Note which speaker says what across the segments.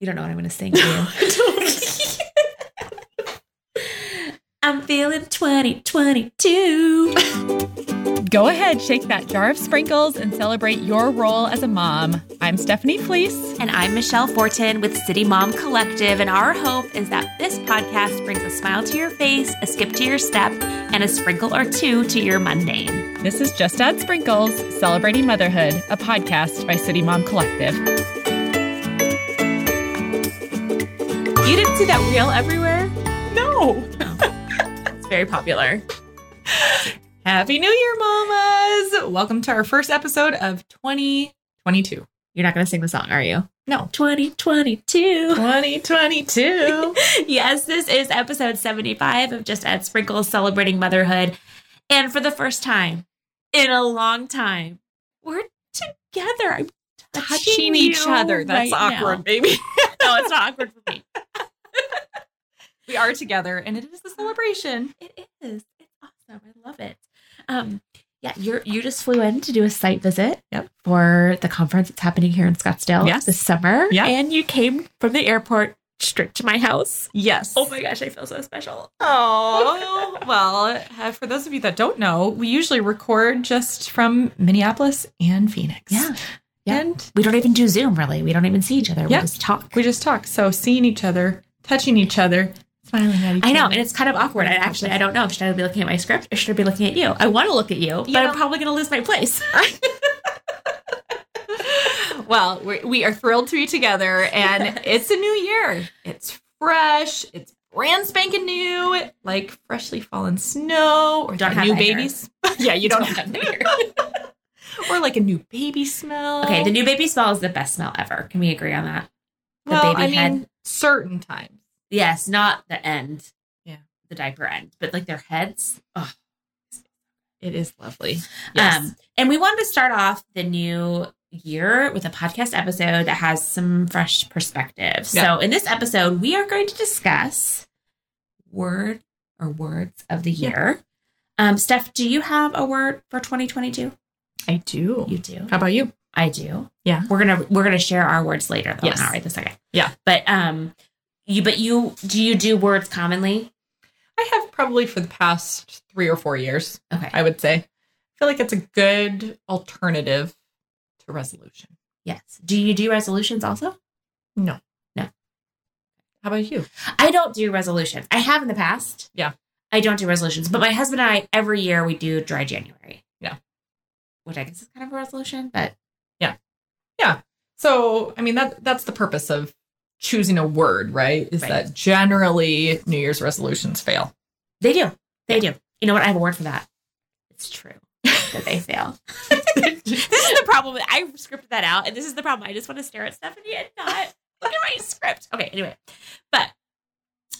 Speaker 1: You don't know what I'm going to sing. do you? I'm feeling 2022.
Speaker 2: Go ahead, shake that jar of sprinkles and celebrate your role as a mom. I'm Stephanie Fleece.
Speaker 1: And I'm Michelle Fortin with City Mom Collective. And our hope is that this podcast brings a smile to your face, a skip to your step, and a sprinkle or two to your mundane.
Speaker 2: This is Just Add Sprinkles, Celebrating Motherhood, a podcast by City Mom Collective.
Speaker 1: You didn't see that wheel everywhere?
Speaker 2: No!
Speaker 1: It's very popular.
Speaker 2: Happy New Year, mamas! Welcome to our first episode of 2022.
Speaker 1: You're not going to sing the song, are you?
Speaker 2: No.
Speaker 1: 2022.
Speaker 2: 2022.
Speaker 1: yes, this is episode 75 of Just Add Sprinkles celebrating motherhood. And for the first time in a long time, we're together. I'm touching,
Speaker 2: Touching each
Speaker 1: you
Speaker 2: other. That's
Speaker 1: right
Speaker 2: awkward, baby.
Speaker 1: Now. No, it's not awkward for me.
Speaker 2: We are together and it is a celebration.
Speaker 1: It is. It's awesome. I love it. Um, yeah, you you just flew in to do a site visit
Speaker 2: Yep.
Speaker 1: for the conference that's happening here in Scottsdale
Speaker 2: Yes.
Speaker 1: this summer.
Speaker 2: Yeah.
Speaker 1: And you came from the airport straight to my house.
Speaker 2: Yes.
Speaker 1: Oh my gosh, I feel so special.
Speaker 2: Oh, well, uh, for those of you that don't know, we usually record just from Minneapolis and Phoenix.
Speaker 1: Yeah. Yeah.
Speaker 2: And
Speaker 1: We don't even do Zoom really. We don't even see each other.
Speaker 2: Yeah.
Speaker 1: We just talk.
Speaker 2: we just talk. So seeing each other, touching each other, smiling at each
Speaker 1: I know,
Speaker 2: other.
Speaker 1: and it's kind of awkward. I actually I don't know. Should I be looking at my script or should I be looking at you? I want to look at you, but
Speaker 2: You know-
Speaker 1: I'm probably gonna lose my place.
Speaker 2: well, we're, we are thrilled to be together, and it's a new year. It's fresh. It's brand spanking new, like freshly fallen snow or
Speaker 1: Don't
Speaker 2: the
Speaker 1: have
Speaker 2: new
Speaker 1: that here.
Speaker 2: babies. yeah, you don't have or like a new baby smell.
Speaker 1: okay, the new baby smell is the best smell ever. Can we agree on that? the
Speaker 2: well,
Speaker 1: baby
Speaker 2: I
Speaker 1: head.
Speaker 2: mean, certain times.
Speaker 1: Yes, not the end.
Speaker 2: Yeah.
Speaker 1: The diaper end, but like their heads. Ugh.
Speaker 2: It is lovely.
Speaker 1: Um, and we wanted to start off the new year with a podcast episode that has some fresh perspective.
Speaker 2: Yeah.
Speaker 1: So in this episode, we are going to discuss word or words of the
Speaker 2: Yeah.
Speaker 1: year. Um, Steph, do you have a word for 2022?
Speaker 2: I do.
Speaker 1: You do.
Speaker 2: How about you?
Speaker 1: I do.
Speaker 2: Yeah.
Speaker 1: We're gonna we're gonna share our words later though,
Speaker 2: Yes.
Speaker 1: not right this second.
Speaker 2: Yeah.
Speaker 1: But um you but you do you do words commonly?
Speaker 2: I have probably for the past three or four years,
Speaker 1: Okay.
Speaker 2: I would say. I feel like it's a good alternative to resolution.
Speaker 1: yes. Do you do resolutions also?
Speaker 2: How about you?
Speaker 1: I don't do resolutions. I have in the past.
Speaker 2: Yeah.
Speaker 1: I don't do resolutions, but my husband and I every year we do dry January.
Speaker 2: Yeah.
Speaker 1: Which I guess is kind of a resolution, but
Speaker 2: So, I mean that that's the purpose of choosing a word, right? Is
Speaker 1: Right.
Speaker 2: that generally New Year's resolutions fail.
Speaker 1: they do. They do. You know what? I have a word for that. It's true that they fail. this is the problem. with- I scripted that out, and this is the problem. I just want to stare at Stephanie and not look at my script. Okay, anyway. But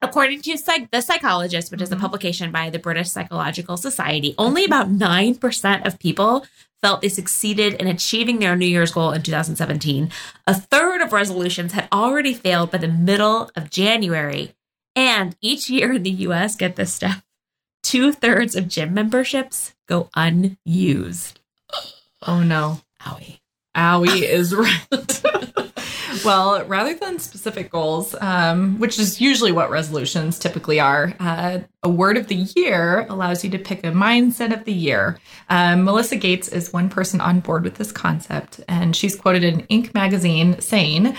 Speaker 1: according to psych- The Psychologist, which is a
Speaker 2: Mhm.
Speaker 1: publication by the British Psychological Society, only about 9% of people felt they succeeded in achieving their New Year's goal in 2017. A third of resolutions had already failed by the middle of January. And each year in the US, get this stuff, two thirds of gym memberships go unused.
Speaker 2: Oh no.
Speaker 1: Owie.
Speaker 2: Owie is right. well, rather than specific goals, um, which is usually what resolutions typically are, uh, a word of the year allows you to pick a mindset of the year. Um, Melissa Gates is one person on board with this concept, and she's quoted in Inc. magazine saying,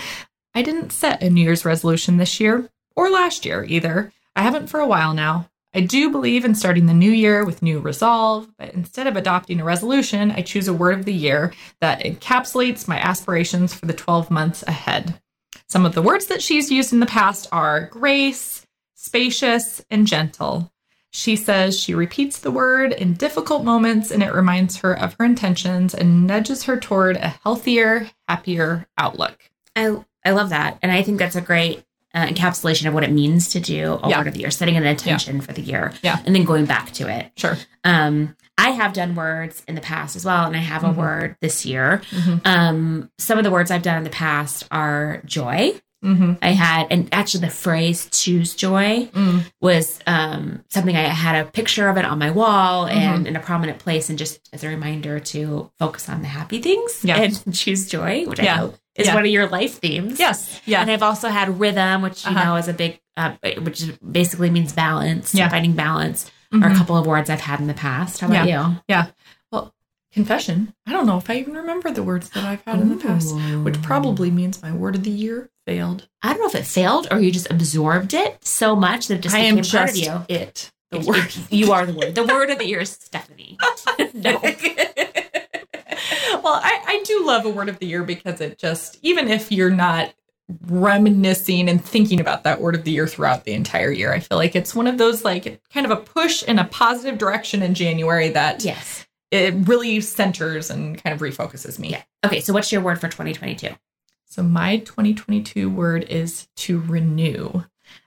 Speaker 2: I didn't set a New Year's resolution this year or last year either. I haven't for a while now. I do believe in starting the new year with new resolve, but instead of adopting a resolution, I choose a word of the year that encapsulates my aspirations for the 12 months ahead. Some of the words that she's used in the past are grace, spacious, and gentle. She says she repeats the word in difficult moments and it reminds her of her intentions and nudges her toward a healthier, happier outlook.
Speaker 1: I I love that, and I think that's a great uh, encapsulation of what it means to do a
Speaker 2: Yeah.
Speaker 1: word of the year, setting an intention for the year,
Speaker 2: Yeah.
Speaker 1: and then going back to it.
Speaker 2: Sure.
Speaker 1: Um, I have done words in the past as well, and I have
Speaker 2: Mhm.
Speaker 1: Mm-hmm. a word this year. Um, some of the words I've done in the past are joy,
Speaker 2: Mm-hmm.
Speaker 1: I had, and actually the phrase choose joy
Speaker 2: Mm.
Speaker 1: was um, something I had a picture of it on my wall and
Speaker 2: Mm-hmm.
Speaker 1: in a prominent place, and just as a reminder to focus on the happy things
Speaker 2: Yeah.
Speaker 1: and choose joy, which
Speaker 2: Yeah.
Speaker 1: I hope is
Speaker 2: Yeah.
Speaker 1: one of your life themes.
Speaker 2: Yes. Yeah.
Speaker 1: And I've also had rhythm, which you
Speaker 2: Uh-huh.
Speaker 1: know is a big, uh, which is- basically means balance,
Speaker 2: Yeah.
Speaker 1: finding balance, or a
Speaker 2: Mhm.
Speaker 1: couple of words I've had in the past. How about you?
Speaker 2: Confession. I don't know if I even remember the words that I've had in the past, which probably means my word of the year failed.
Speaker 1: I don't know if it failed or you just absorbed it so much that it just
Speaker 2: I
Speaker 1: became
Speaker 2: am
Speaker 1: part
Speaker 2: just
Speaker 1: of you.
Speaker 2: it. The
Speaker 1: If-
Speaker 2: word.
Speaker 1: if You are the word. The word of the year is Stephanie. no.
Speaker 2: well, I, I do love a word of the year because it just, even if you're not reminiscing and thinking about that word of the year throughout the entire year, I feel like it's one of those like kind of a push in a positive direction in January that
Speaker 1: Yes.
Speaker 2: it really centers and kind of refocuses me.
Speaker 1: Yeah. Okay, so what's your word for 2022?
Speaker 2: So my 2022 word is to renew.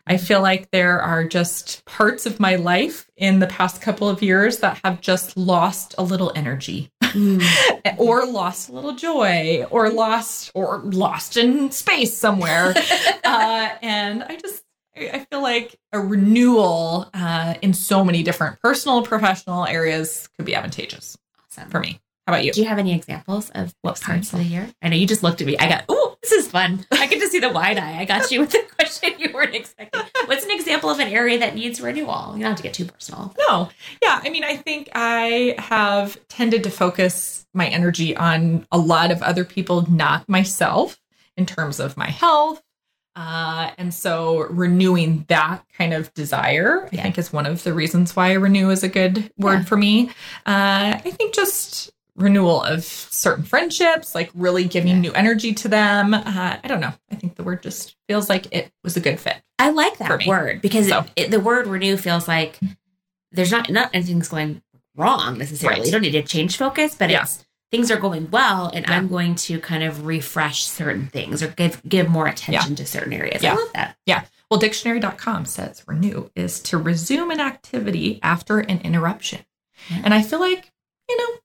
Speaker 2: I feel like there are just parts of my life in the past couple of years that have just lost a little energy
Speaker 1: Mm.
Speaker 2: or lost a little joy or lost or lost in space somewhere. uh, and I just, I I feel like a renewal uh, in so many different personal, professional areas could be advantageous
Speaker 1: Awesome.
Speaker 2: for me. How about you?
Speaker 1: Do you have any examples of what parts of the year? I know you just looked at me. I got, oh, this is fun. I can just see the wide eye. I got you with the question you weren't expecting. What's an example of an area that needs renewal? You don't have to get too personal.
Speaker 2: No. Yeah. I mean, I think I have tended to focus my energy on a lot of other people, not myself, in terms of my health. Uh, and so renewing that kind of desire, I
Speaker 1: Yeah.
Speaker 2: think, is one of the reasons why renew is a good word
Speaker 1: Yeah.
Speaker 2: for me. Uh, I think just renewal of certain friendships, like really giving
Speaker 1: Yeah.
Speaker 2: new energy to them. Uh, I don't know. I think the word just feels like it was a good fit.
Speaker 1: I like
Speaker 2: For
Speaker 1: that
Speaker 2: me.
Speaker 1: word because
Speaker 2: So.
Speaker 1: it, the word renew feels like there's not not anything's going wrong necessarily.
Speaker 2: Right.
Speaker 1: You don't need to change focus, but
Speaker 2: Yeah.
Speaker 1: it's things are going well, and
Speaker 2: Yeah.
Speaker 1: I'm going to kind of refresh certain things or give give more attention to certain areas.
Speaker 2: Yeah.
Speaker 1: I love that.
Speaker 2: Well, dictionary.com says renew is to resume an activity after an interruption.
Speaker 1: Yeah.
Speaker 2: And I feel like, you know,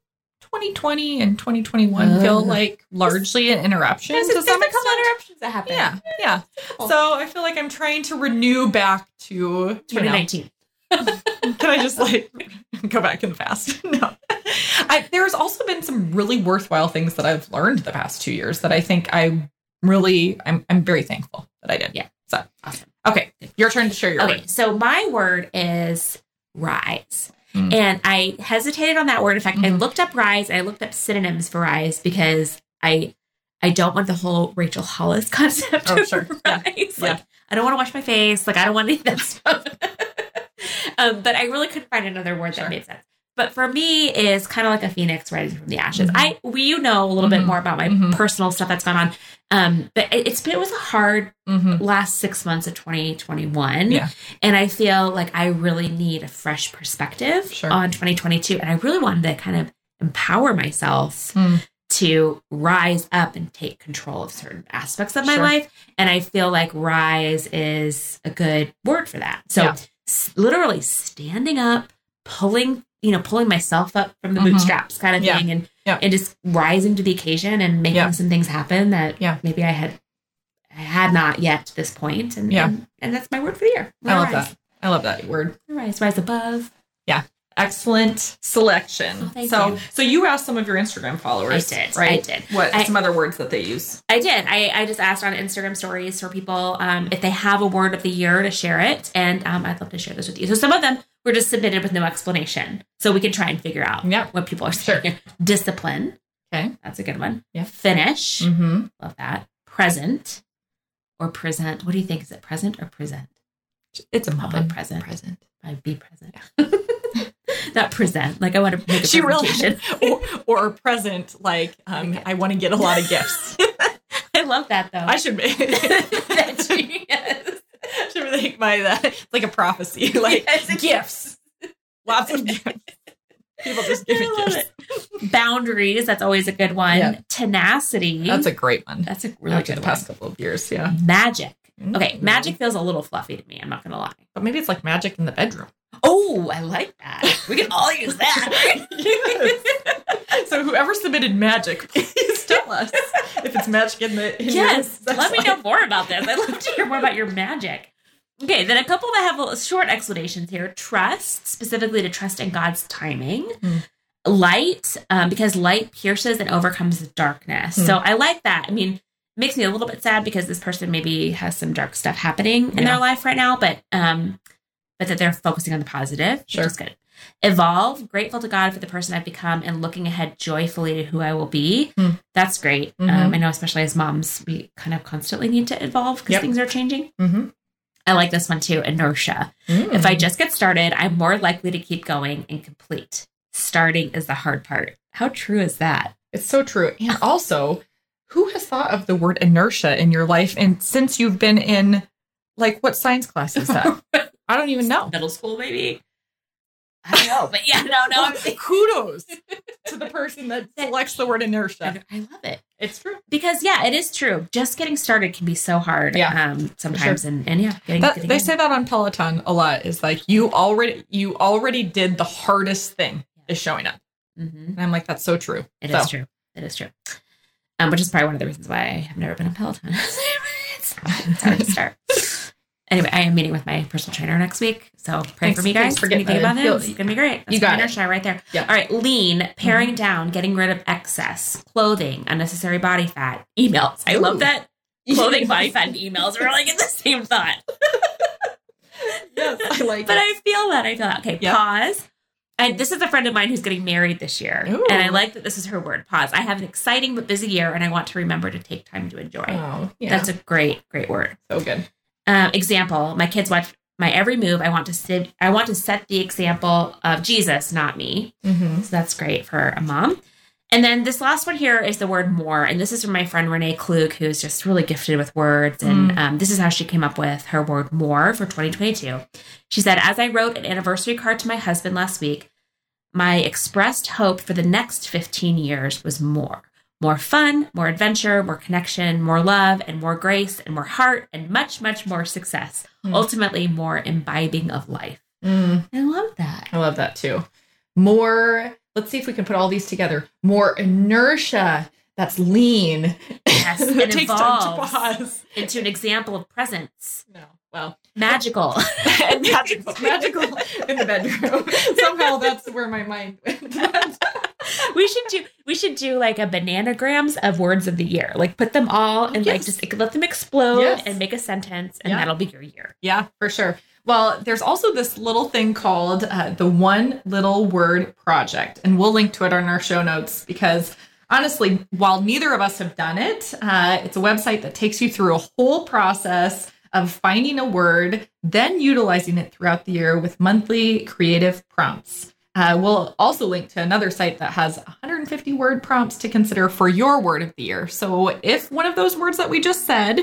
Speaker 2: 2020 and 2021 feel
Speaker 1: Ugh.
Speaker 2: like largely an interruption
Speaker 1: There's,
Speaker 2: to
Speaker 1: there's a
Speaker 2: some
Speaker 1: couple
Speaker 2: extent.
Speaker 1: interruptions that happen.
Speaker 2: Yeah, yeah.
Speaker 1: Cool.
Speaker 2: So I feel like I'm trying to renew back to, you know,
Speaker 1: 2019.
Speaker 2: can I just like go back in the past? No. I, there's also been some really worthwhile things that I've learned the past two years that I think I really, I'm, I'm very thankful that I did.
Speaker 1: Yeah.
Speaker 2: So,
Speaker 1: Awesome.
Speaker 2: okay, your turn to share your
Speaker 1: Okay,
Speaker 2: word.
Speaker 1: so my word is rise.
Speaker 2: Mm.
Speaker 1: And I hesitated on that word. In fact, I
Speaker 2: Mhm.
Speaker 1: looked up rise and I looked up synonyms for rise because I I don't want the whole Rachel Hollis concept
Speaker 2: Oh,
Speaker 1: of
Speaker 2: sure.
Speaker 1: rise.
Speaker 2: Yeah.
Speaker 1: Like
Speaker 2: Yeah.
Speaker 1: I don't want to wash my face, like I don't want any of that stuff. um, but I really couldn't find another word
Speaker 2: Sure.
Speaker 1: that made sense. But for me is kind of like a phoenix rising from the ashes.
Speaker 2: Mhm.
Speaker 1: I we you know a little
Speaker 2: Mhm.
Speaker 1: bit more about my
Speaker 2: Mhm.
Speaker 1: personal stuff that's gone on. Um, but it, it's been it was a hard
Speaker 2: Mm-hmm.
Speaker 1: last six months of 2021.
Speaker 2: Yeah.
Speaker 1: And I feel like I really need a fresh perspective
Speaker 2: Sure.
Speaker 1: on 2022. And I really wanted to kind of empower myself
Speaker 2: Hmm.
Speaker 1: to rise up and take control of certain aspects of my
Speaker 2: Sure.
Speaker 1: life. And I feel like rise is a good word for that. So
Speaker 2: Yeah.
Speaker 1: s- literally standing up, pulling, you know, pulling myself up from the
Speaker 2: Mhm.
Speaker 1: bootstraps kind of
Speaker 2: Yeah.
Speaker 1: thing and
Speaker 2: Yeah.
Speaker 1: and just rising to the occasion and making
Speaker 2: Yeah.
Speaker 1: some things happen that
Speaker 2: Yeah.
Speaker 1: maybe I had I had not yet to this point. And,
Speaker 2: Yeah.
Speaker 1: and and that's my word for the year.
Speaker 2: I love
Speaker 1: Rise.
Speaker 2: that. I love that word.
Speaker 1: Rise, rise above.
Speaker 2: Excellent selection.
Speaker 1: Oh, thank
Speaker 2: so,
Speaker 1: you.
Speaker 2: so you asked some of your Instagram followers,
Speaker 1: I did.
Speaker 2: right?
Speaker 1: I did.
Speaker 2: What
Speaker 1: I-
Speaker 2: some other words that they use?
Speaker 1: I did. I, I just asked on Instagram stories for people um, if they have a word of the year to share it. And um, I'd love to share this with you. So some of them were just submitted with no explanation. So we can try and figure out
Speaker 2: Yeah.
Speaker 1: what people are saying. Discipline.
Speaker 2: Okay.
Speaker 1: That's a good one.
Speaker 2: Yeah.
Speaker 1: Finish.
Speaker 2: Mm-hmm.
Speaker 1: Love that. Present or present. What do you think? Is it present or present?
Speaker 2: It's a
Speaker 1: Probably
Speaker 2: muffin.
Speaker 1: present.
Speaker 2: Present.
Speaker 1: I'd be present. Not present. Like I want to make a
Speaker 2: She really-
Speaker 1: presentation.
Speaker 2: or, or present, like um,
Speaker 1: Okay.
Speaker 2: I want to get a lot of gifts.
Speaker 1: I love that though.
Speaker 2: I should make.
Speaker 1: That she- yes.
Speaker 2: should make my that it's like a prophecy, like
Speaker 1: Yes, it-
Speaker 2: gifts, lots of gifts. People just give me
Speaker 1: I
Speaker 2: gifts.
Speaker 1: love it. Boundaries. That's always a good one.
Speaker 2: Yeah.
Speaker 1: Tenacity.
Speaker 2: That's a great one.
Speaker 1: that's a Mm-hmm. really
Speaker 2: After
Speaker 1: good
Speaker 2: the
Speaker 1: one.
Speaker 2: past couple of years, yeah.
Speaker 1: Magic. Okay,
Speaker 2: Mm.
Speaker 1: magic feels a little fluffy to me. I'm not gonna lie.
Speaker 2: but maybe it's like magic in the bedroom.
Speaker 1: Oh, I like that. We can all use that.
Speaker 2: so whoever submitted magic, please tell us if it's magic in the. In your
Speaker 1: Yes,
Speaker 2: sex
Speaker 1: let me
Speaker 2: life.
Speaker 1: know more about this. I'd love to hear more about your magic. Okay, then a couple that have little short explanations here trust, specifically to trust in God's timing.
Speaker 2: Hmm.
Speaker 1: Light, um, because light pierces and overcomes the darkness. So
Speaker 2: Hmm.
Speaker 1: I like that. I mean, makes me a little bit sad because this person maybe has some dark stuff happening in
Speaker 2: Yeah.
Speaker 1: their life right now, but um, but that they're focusing on the positive,
Speaker 2: Sure.
Speaker 1: which is good. Evolve, grateful to God for the person I've become and looking ahead joyfully to who I will be.
Speaker 2: Hmm.
Speaker 1: That's great. Um,
Speaker 2: Mhm.
Speaker 1: I know, especially as moms, we kind of constantly need to evolve because
Speaker 2: Yep.
Speaker 1: things are changing.
Speaker 2: Mhm.
Speaker 1: I like this one too inertia.
Speaker 2: Mm.
Speaker 1: If I just get started, I'm more likely to keep going and complete. Starting is the hard part. How true is that?
Speaker 2: It's so true. And also, who has thought of the word inertia in your life? And since you've been in, like, what science class is that? I don't even know.
Speaker 1: Middle school, maybe? I don't know. But yeah, no, no. I'm thinking-
Speaker 2: Kudos to the person that selects the word inertia.
Speaker 1: I love it.
Speaker 2: It's true.
Speaker 1: Because, yeah, it is true. Just getting started can be so hard
Speaker 2: Yeah,
Speaker 1: um, sometimes. And, and yeah, getting,
Speaker 2: That,
Speaker 1: getting
Speaker 2: they
Speaker 1: in.
Speaker 2: say that on Peloton a lot. Is like you already you already did the hardest thing is showing up,
Speaker 1: Mhm.
Speaker 2: and I'm like that's so true.
Speaker 1: It is
Speaker 2: So.
Speaker 1: true. It is true. Um, which is probably one of the reasons why I have never been on Peloton. it's hard to start. anyway, I am meeting with my personal trainer next week. So pray
Speaker 2: Thanks-
Speaker 1: for me,
Speaker 2: thanks
Speaker 1: guys.
Speaker 2: for
Speaker 1: Anything
Speaker 2: getting that
Speaker 1: about
Speaker 2: in.
Speaker 1: this?
Speaker 2: Feel-
Speaker 1: It's going to be great. That's
Speaker 2: You got
Speaker 1: my
Speaker 2: it.
Speaker 1: inertia right there.
Speaker 2: Yeah. Mm-hmm.
Speaker 1: All right. Lean, paring down, getting rid of excess, clothing, unnecessary body fat, emails. I
Speaker 2: Ooh.
Speaker 1: love that. Clothing, body fat, and emails are like in the same thought.
Speaker 2: Yes, I like
Speaker 1: But
Speaker 2: it.
Speaker 1: I feel that. I feel that. Okay,
Speaker 2: Yep.
Speaker 1: pause. And this is a friend of mine who's getting married this year.
Speaker 2: Ooh.
Speaker 1: And I like that this is her word, pause. I have an exciting but busy year and I want to remember to take time to enjoy.
Speaker 2: oh, yeah,
Speaker 1: That's a great, great word.
Speaker 2: so good.
Speaker 1: Um, example, my kids watch my every move. I want to sit, I want to set the example of Jesus, not me.
Speaker 2: Mm-hmm.
Speaker 1: So that's great for a mom. And then this last one here is the word more. And this is from my friend Renee Klug, who's just really gifted with words. And
Speaker 2: Mm.
Speaker 1: um, this is how she came up with her word more for 2022. She said, As I wrote an anniversary card to my husband last week, my expressed hope for the next 15 years was more more fun, more adventure, more connection, more love, and more grace, and more heart, and much, much more success.
Speaker 2: Mm.
Speaker 1: Ultimately, more imbibing of life. I love that.
Speaker 2: I love that too. More, let's see if we can put all these together. More inertia that's lean.
Speaker 1: Yes, and
Speaker 2: it takes time to
Speaker 1: evolves.
Speaker 2: pause.
Speaker 1: Into an example of presence.
Speaker 2: No. Well,
Speaker 1: magical.
Speaker 2: and magical, magical in the bedroom. Somehow that's where my mind went.
Speaker 1: we should do we should do like a bananagrams of words of the year. Like put them all and like
Speaker 2: Yes.
Speaker 1: just like, let them explode
Speaker 2: Yes.
Speaker 1: and make a sentence, and
Speaker 2: Yeah.
Speaker 1: that'll be your year.
Speaker 2: yeah, for sure. Well, there's also this little thing called uh, the One Little Word Project, and we'll link to it on our show notes because honestly, while neither of us have done it, uh, it's a website that takes you through a whole process of finding a word, then utilizing it throughout the year with monthly creative prompts. Uh, we'll also link to another site that has 150 word prompts to consider for your word of the year. So if one of those words that we just said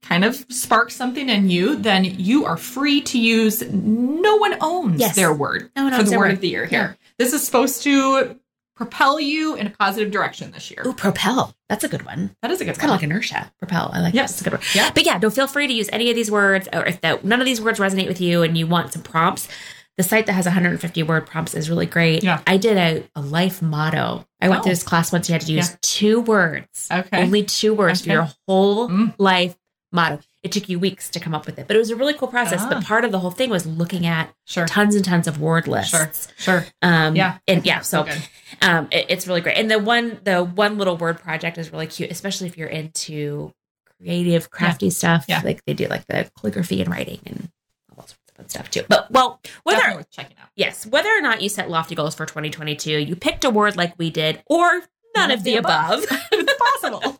Speaker 2: kind of sparks something in you, then you are free to use. No one owns
Speaker 1: Yes.
Speaker 2: their word
Speaker 1: No one
Speaker 2: for
Speaker 1: owns
Speaker 2: the
Speaker 1: their
Speaker 2: word
Speaker 1: word.
Speaker 2: of the year here. This is supposed to propel you in a positive direction this year.
Speaker 1: Ooh, propel. That's a good one.
Speaker 2: That is a good
Speaker 1: It's kind of
Speaker 2: one.
Speaker 1: like inertia. Propel. I like
Speaker 2: Yes.
Speaker 1: that. It's a good word.
Speaker 2: Yeah.
Speaker 1: But yeah, no, feel free to use any of these words or if that, none of these words resonate with you and you want some prompts. The site that has 150 word prompts is really great.
Speaker 2: Yeah.
Speaker 1: I did a, a life motto. I went
Speaker 2: Oh.
Speaker 1: to this class once. You had to use
Speaker 2: Yeah.
Speaker 1: two words.
Speaker 2: Okay.
Speaker 1: Only two words
Speaker 2: Okay.
Speaker 1: for your whole
Speaker 2: Mm.
Speaker 1: life motto. It took you weeks to come up with it, but it was a really cool process.
Speaker 2: Ah.
Speaker 1: But part of the whole thing was looking at
Speaker 2: sure.
Speaker 1: tons and tons of word lists.
Speaker 2: Sure. Sure.
Speaker 1: Um,
Speaker 2: Yeah.
Speaker 1: And yeah, so
Speaker 2: good.
Speaker 1: um, it- it's really great. And the one, the one little word project is really cute, especially if you're into creative, crafty stuff.
Speaker 2: Yeah.
Speaker 1: Like they do like the calligraphy and writing and all sorts of fun stuff too. But well, whether
Speaker 2: Definitely worth checking out.
Speaker 1: yes, whether or not you set lofty goals for 2022, you picked a word like we did, or none of the above.
Speaker 2: it's possible.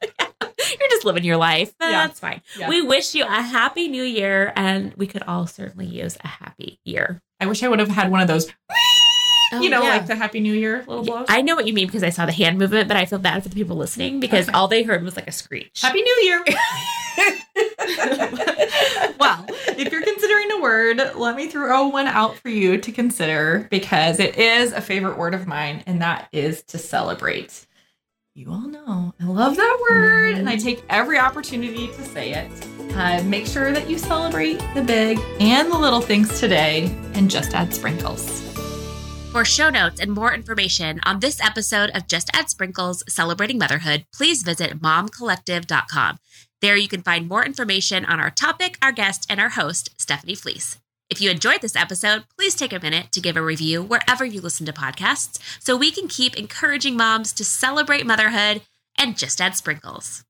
Speaker 1: You're just living your life.
Speaker 2: Yeah.
Speaker 1: That's fine.
Speaker 2: Yeah.
Speaker 1: We wish you a happy new year, and we could all certainly use a happy year.
Speaker 2: I wish I would have had one of those, you know,
Speaker 1: Oh, yeah.
Speaker 2: like the Happy New Year little blows.
Speaker 1: I know what you mean because I saw the hand movement, but I feel bad for the people listening because all they heard was like a screech.
Speaker 2: Happy New Year. well, if you're considering a word, let me throw one out for you to consider because it is a favorite word of mine, and that is to celebrate. You all know I love that word, and I take every opportunity to say it. Uh, make sure that you celebrate the big and the little things today and just add sprinkles.
Speaker 1: For show notes and more information on this episode of Just Add Sprinkles Celebrating Motherhood, please visit momcollective.com. There you can find more information on our topic, our guest, and our host, Stephanie Fleece. If you enjoyed this episode, please take a minute to give a review wherever you listen to podcasts so we can keep encouraging moms to celebrate motherhood and just add sprinkles.